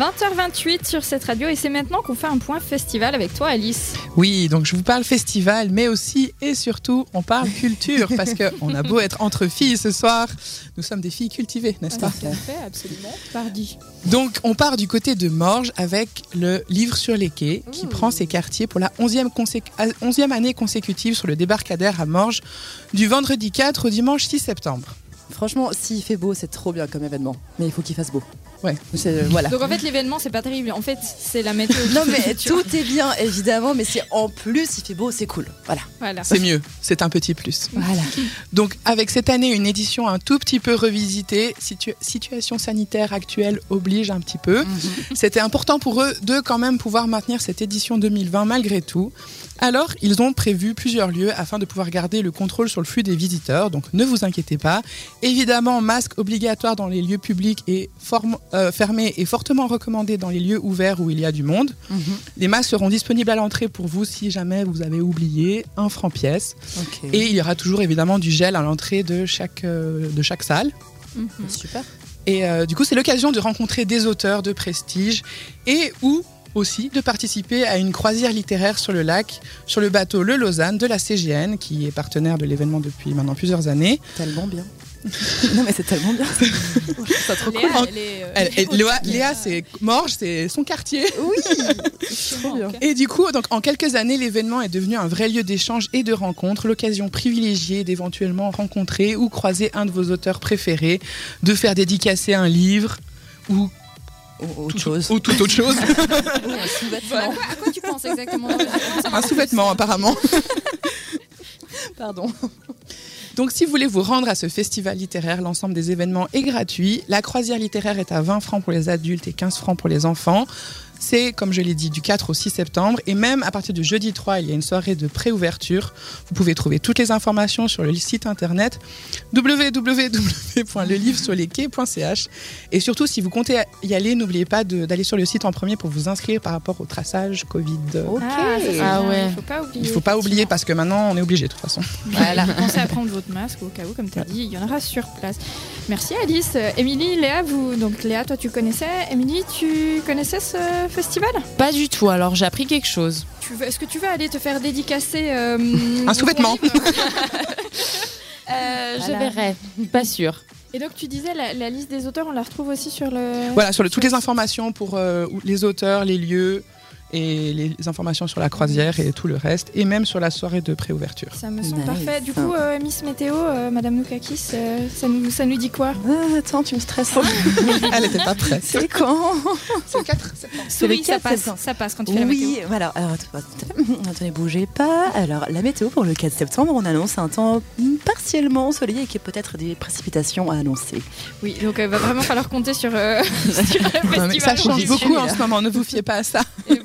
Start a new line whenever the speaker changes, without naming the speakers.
20h28 sur cette radio et c'est maintenant qu'on fait un point festival avec toi Alice.
Oui, donc je vous parle festival, mais aussi et surtout, on parle culture, parce qu'on a beau être entre filles ce soir, nous sommes des filles cultivées, n'est-ce pas
Tout à fait, absolument. Pardi.
Donc on part du côté de Morges avec le livre sur les quais, qui prend ses quartiers pour la 11e, consé- à- 11e année consécutive sur le débarcadère à Morges, du vendredi 4 au dimanche 6 septembre.
Franchement, s'il fait beau, c'est trop bien comme événement. Mais il faut qu'il fasse beau.
Ouais.
C'est- euh, voilà.
Donc en fait l'événement c'est pas terrible, en fait c'est la météo.
Non mais
Tu vois.
tout est bien évidemment, mais c'est en plus il fait beau, c'est cool. Voilà.
Voilà.
C'est mieux, c'est un petit plus.
Voilà.
Donc avec cette année une édition un tout petit peu revisitée, situ- situation sanitaire actuelle oblige un petit peu. C'était important pour eux de quand même pouvoir maintenir cette édition 2020 malgré tout. Alors ils ont prévu plusieurs lieux afin de pouvoir garder le contrôle sur le flux des visiteurs, donc ne vous inquiétez pas. Évidemment, masque obligatoire dans les lieux publics et form- euh, fermé et fortement recommandé dans les lieux ouverts où il y a du monde.
Mhm.
Les masques seront disponibles à l'entrée pour vous si jamais vous avez oublié un franc pièce.
Ok.
Et il y aura toujours évidemment du gel à l'entrée de chaque, euh, de chaque salle.
Mhm.
super.
Et euh, du coup, c'est l'occasion de rencontrer des auteurs de prestige et ou aussi de participer à une croisière littéraire sur le lac, sur le bateau Le Lausanne de la CGN, qui est partenaire de l'événement depuis maintenant plusieurs années.
Tellement bien. non mais c'est tellement bien. c'est trop
Léa,
cool.
elle est, euh,
Elle- elle-
au
Léa,
taquet.
Léa, c'est Morges, c'est son quartier.
Sûrement,
bien.
ok.
Et du coup, donc, en quelques années, l'événement est devenu un vrai lieu d'échange et de rencontre, l'occasion privilégiée d'éventuellement rencontrer ou croiser un de vos auteurs préférés, de faire dédicacer un livre ou
Ou
tout-
autre chose.
ou toute autre chose.
Ou un sous-vêtement.
Voilà, à, quoi, à quoi tu penses exactement
un sous-vêtement apparemment.
Pardon.
Donc si vous voulez vous rendre à ce festival littéraire, l'ensemble des événements est gratuit. La croisière littéraire est à 20 francs pour les adultes et 15 francs pour les enfants. C'est, comme je l'ai dit, du 4 au 6 septembre. Et même à partir du jeudi 3, il y a une soirée de pré-ouverture. Vous pouvez trouver toutes les informations sur le site internet www.lelivresurlesquais.ch. Et surtout, si vous comptez y aller, n'oubliez pas de- d'aller sur le site en premier pour vous inscrire par rapport au traçage Covid.
Ok.
Ah, ça, c'est
Ah
bien,
ouais.
Il faut pas oublier.
Il ne faut pas oublier parce que maintenant, on est obligé de toute façon.
Voilà. Pensez à prendre votre masque au cas où, comme tu as dit, il y en aura sur place. Merci Alice. Euh, Émilie, Léa, vous. Donc Léa, toi tu connaissais. Émilie, tu connaissais ce festival
Pas du tout, alors j'ai appris quelque chose.
Tu veux- Est-ce que tu vas aller te faire dédicacer euh,
Un sous-vêtement.
ton livre
Je
Voilà.
Euh, verrai, pas sûr.
Et donc tu disais la, la liste des auteurs, on la retrouve aussi sur le.
Voilà, sur le- toutes les informations pour euh, où- les auteurs, les lieux et les informations sur la croisière et tout le reste, et même sur la soirée de préouverture.
Ça me semble
Nice.
parfait. Du coup, euh, Miss Météo, euh, Madame Noukakis, euh, ça, nous, ça nous dit quoi
Ah, attends, tu me stresses.
Ah,
Elle n'était pas prête.
c'est quand
C'est 4 septembre.
Souris,
le
ça
quatre
passe.
septembre.
Ça passe quand tu fais la météo.
Oui, voilà. Alors, att- att- attendez, bougez pas. Alors, la météo pour le 4 septembre, on annonce un temps partiellement ensoleillé et qui peut-être des précipitations à annoncer.
Oui, donc il va vraiment falloir compter sur, euh, sur le festival.
ça change hein.
Aujourd'hui.
beaucoup en ce moment, ne vous fiez pas à ça.
Et voilà.